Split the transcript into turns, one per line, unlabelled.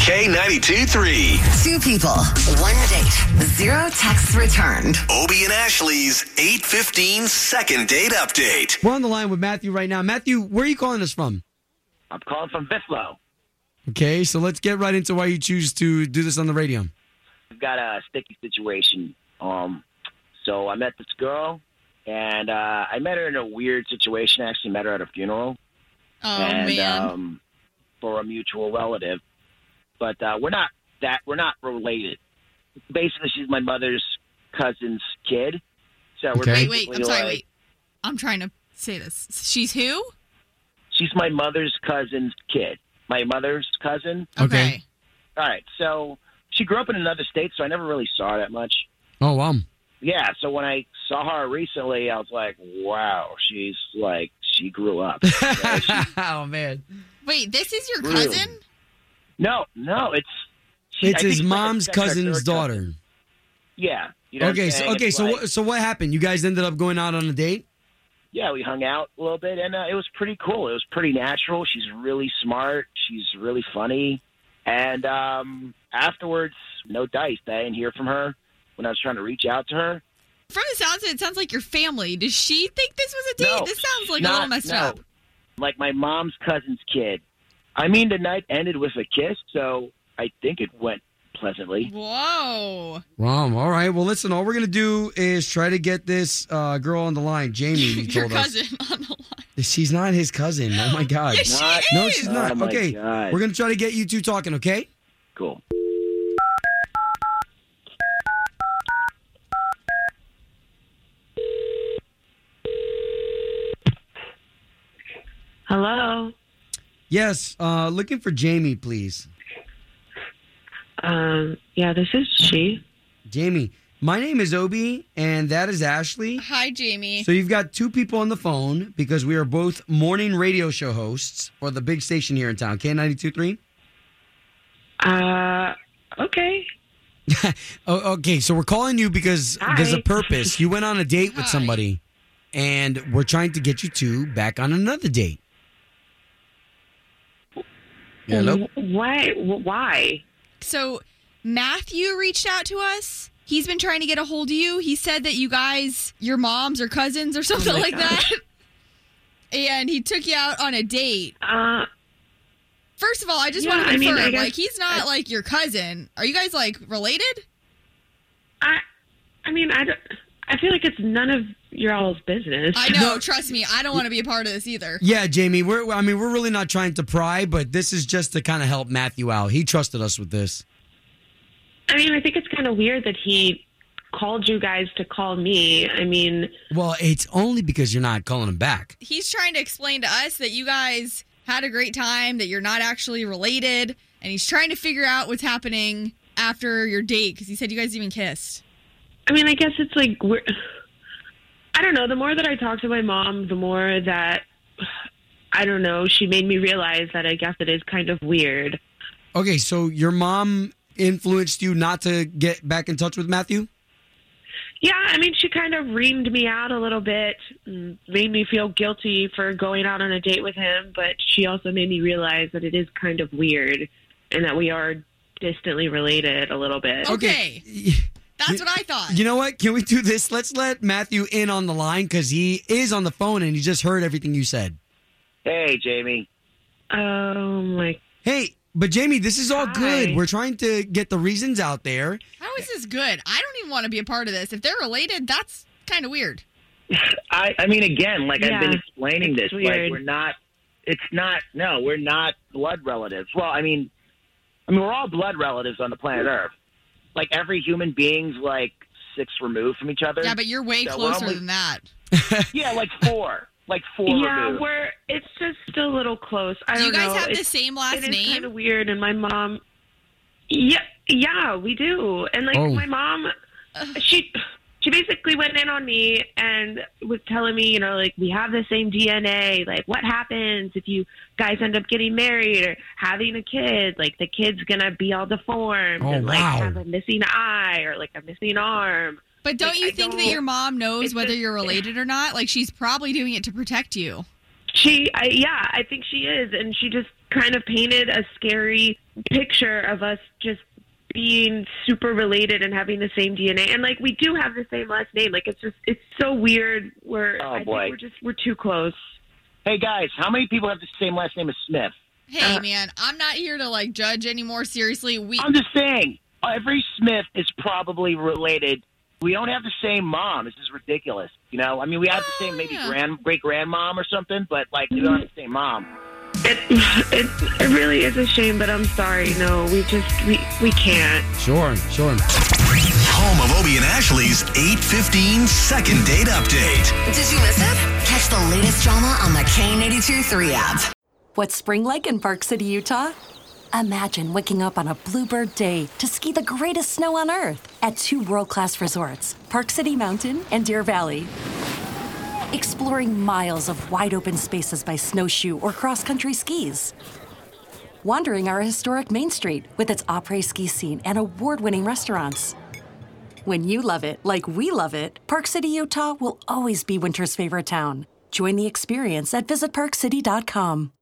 K92 3.
Two people, one date, zero texts returned.
Obie and Ashley's 815 second date update.
We're on the line with Matthew right now. Matthew, where are you calling us from?
I'm calling from Biflo.
Okay, so let's get right into why you choose to do this on the radio.
We've got a sticky situation. Um, so I met this girl, and uh, I met her in a weird situation. I actually met her at a funeral,
Oh
and
man.
um, for a mutual relative. But uh, we're not that we're not related. Basically, she's my mother's cousin's kid. So we're
Okay.
wait, wait. I'm
basically
sorry.
like-
Wait. I'm trying to say this. She's who?
She's my mother's cousin's kid. My mother's cousin.
Okay.
All right. So she grew up in another state, so I never really saw her that much.
Oh, wow.
Yeah. So when I saw her recently, I was like, wow, she's like, she grew up.
oh, man.
Wait, this is your
Really?
cousin?
no, no, it's. she- I
It's
think
his
like her
mom's
second or
cousin's
third cousin.
daughter.
Yeah. You know what
Okay,
I'm
so
saying?
okay,
It's
so
like-
what, so what happened? You guys ended up going out on a date.
yeah, we hung out a little bit, and uh, it was pretty cool. It was pretty natural. She's really smart. She's really funny. And um, afterwards, no dice. I didn't hear from her when I was trying to reach out to her.
From the sounds of it, it sounds like your family. Does she think this was a date?
No,
this sounds like a
not-
little messed
no.
up.
Like my mom's cousin's kid. I mean, the night ended with a kiss, so I think it went pleasantly.
Whoa.
Wow. All right. Well, listen. All we're gonna do is try to get this uh, girl on the line, Jamie. You
your
told us
cousin on the line.
she's not his cousin. Oh my god.
Yes, she
Not-
is.
no, she's not.
Oh, my
okay,
God.
we're gonna try to get you two talking. Okay.
Cool.
Hello.
Yes. Uh, looking for Jamie, please.
Um, yeah, this is she.
Jamie. My name is Obi, and that is Ashley.
Hi, Jamie.
So you've got two people on the phone because we are both morning radio show hosts for the big station here in town, K 923
Uh, okay.
Oh, okay, so we're calling you because
Hi.
there's a purpose. You went on a date with
Hi.
somebody, and we're trying to get you two back on another date. Hello.
Why? Why?
So Matthew reached out to us. He's been trying to get a hold of you. He said that you guys, your moms or cousins or something
Oh
my
like
God.
that. And he took you out on a date.
Uh,
First of all, I just
Yeah,
want to
I mean,
confirm,
I guess-
like, he's not like your cousin. Are you guys like related?
I. I mean, I. don't- I feel like it's none of your all's business.
I know. Trust me, I don't want to be a part of this either.
Yeah, Jamie. We're I mean we're really not trying to pry, but this is just to kind of help Matthew out. He trusted us with this.
I mean, I think it's kind of weird that he called you guys to call me. I mean,
Well, it's only because you're not calling him back.
He's trying to explain to us that you guys had a great time, that you're not actually related, and he's trying to figure out what's happening after your date because he said you guys even kissed.
I mean, I guess it's like we're. I don't know. The more that I talked to my mom, the more that I don't know. She made me realize that I guess it is kind of weird.
Okay, so your mom influenced you not to get back in touch with Matthew.
Yeah, I mean, she kind of reamed me out a little bit, mm, made me feel guilty for going out on a date with him, but she also made me realize that it is kind of weird and that we are distantly related a little bit.
Oh.
okay.
That's
You-
what I thought.
You know what? Can we do this? Let's let Matthew in on the line because he is on the phone and he just heard everything you said.
Hey, Jamie.
Oh my.
Hey, but Jamie, this is all
Hi.
good. We're trying to get the reasons out there.
How is this good? I don't even want to be a part of this. If they're related, that's kind of weird.
I, I mean, again, like I've been
Yeah,
explaining
it's
this,
weird.
like we're not. It's not. No, we're not blood relatives. Well, I mean, I mean, we're all blood relatives on the planet Earth. Like every human being's like six removed from each other.
Yeah, but you're way
Yeah, we're
closer
only-
than that.
yeah, like four. Like four
Yeah,
removed.
we're it's just a little close. I
Do
don't
you guys
know.
have the
it's,
same last
it is
name?
kind of weird, and my mom. Yeah, yeah, we do, and like
Oh.
my mom, she she basically went in on me and was telling me, you know, like we have the same DNA. Like, what happens if you guys end up getting married or having a kid? Like, the kid's gonna be all deformed
Oh,
and like
wow.
have a missing eye or like a missing arm.
But don't
Like,
you
I
think that
don't-
your mom knows
it's
whether
just-
you're related or not? Like she's probably doing it to protect you.
She, I, yeah, I think she is, and she just kind of painted a scary picture of us just being super related and having the same DNA. And like we do have the same last name. Like it's just it's so weird. We're
Oh,
I think
boy.
we're just we're too close.
Hey guys, how many people have the same last name as Smith?
Uh,
Hey, man, I'm not here to like judge anymore. Seriously, we
I'm just saying, every Smith is probably related. We don't have the same mom. This is ridiculous. You know, I mean, we have the
Oh,
same maybe
yeah.
grand great grandmom or something, but like we don't have the same mom.
It, it it really is a shame, but I'm sorry. No, we just we we can't.
Sure, sure.
Home of Obie and Ashley's 815 second date update.
Did you miss it? Catch the latest drama on the K82 3 app.
What's spring like in Park City, Utah? Imagine waking up on a bluebird day to ski the greatest snow on earth at two world class resorts, Park City Mountain and Deer Valley. Exploring miles of wide open spaces by snowshoe or cross country skis. Wandering our historic Main Street with its après ski scene and award winning restaurants. When you love it, like we love it, Park City, Utah will always be winter's favorite town. Join the experience at visitparkcity.com.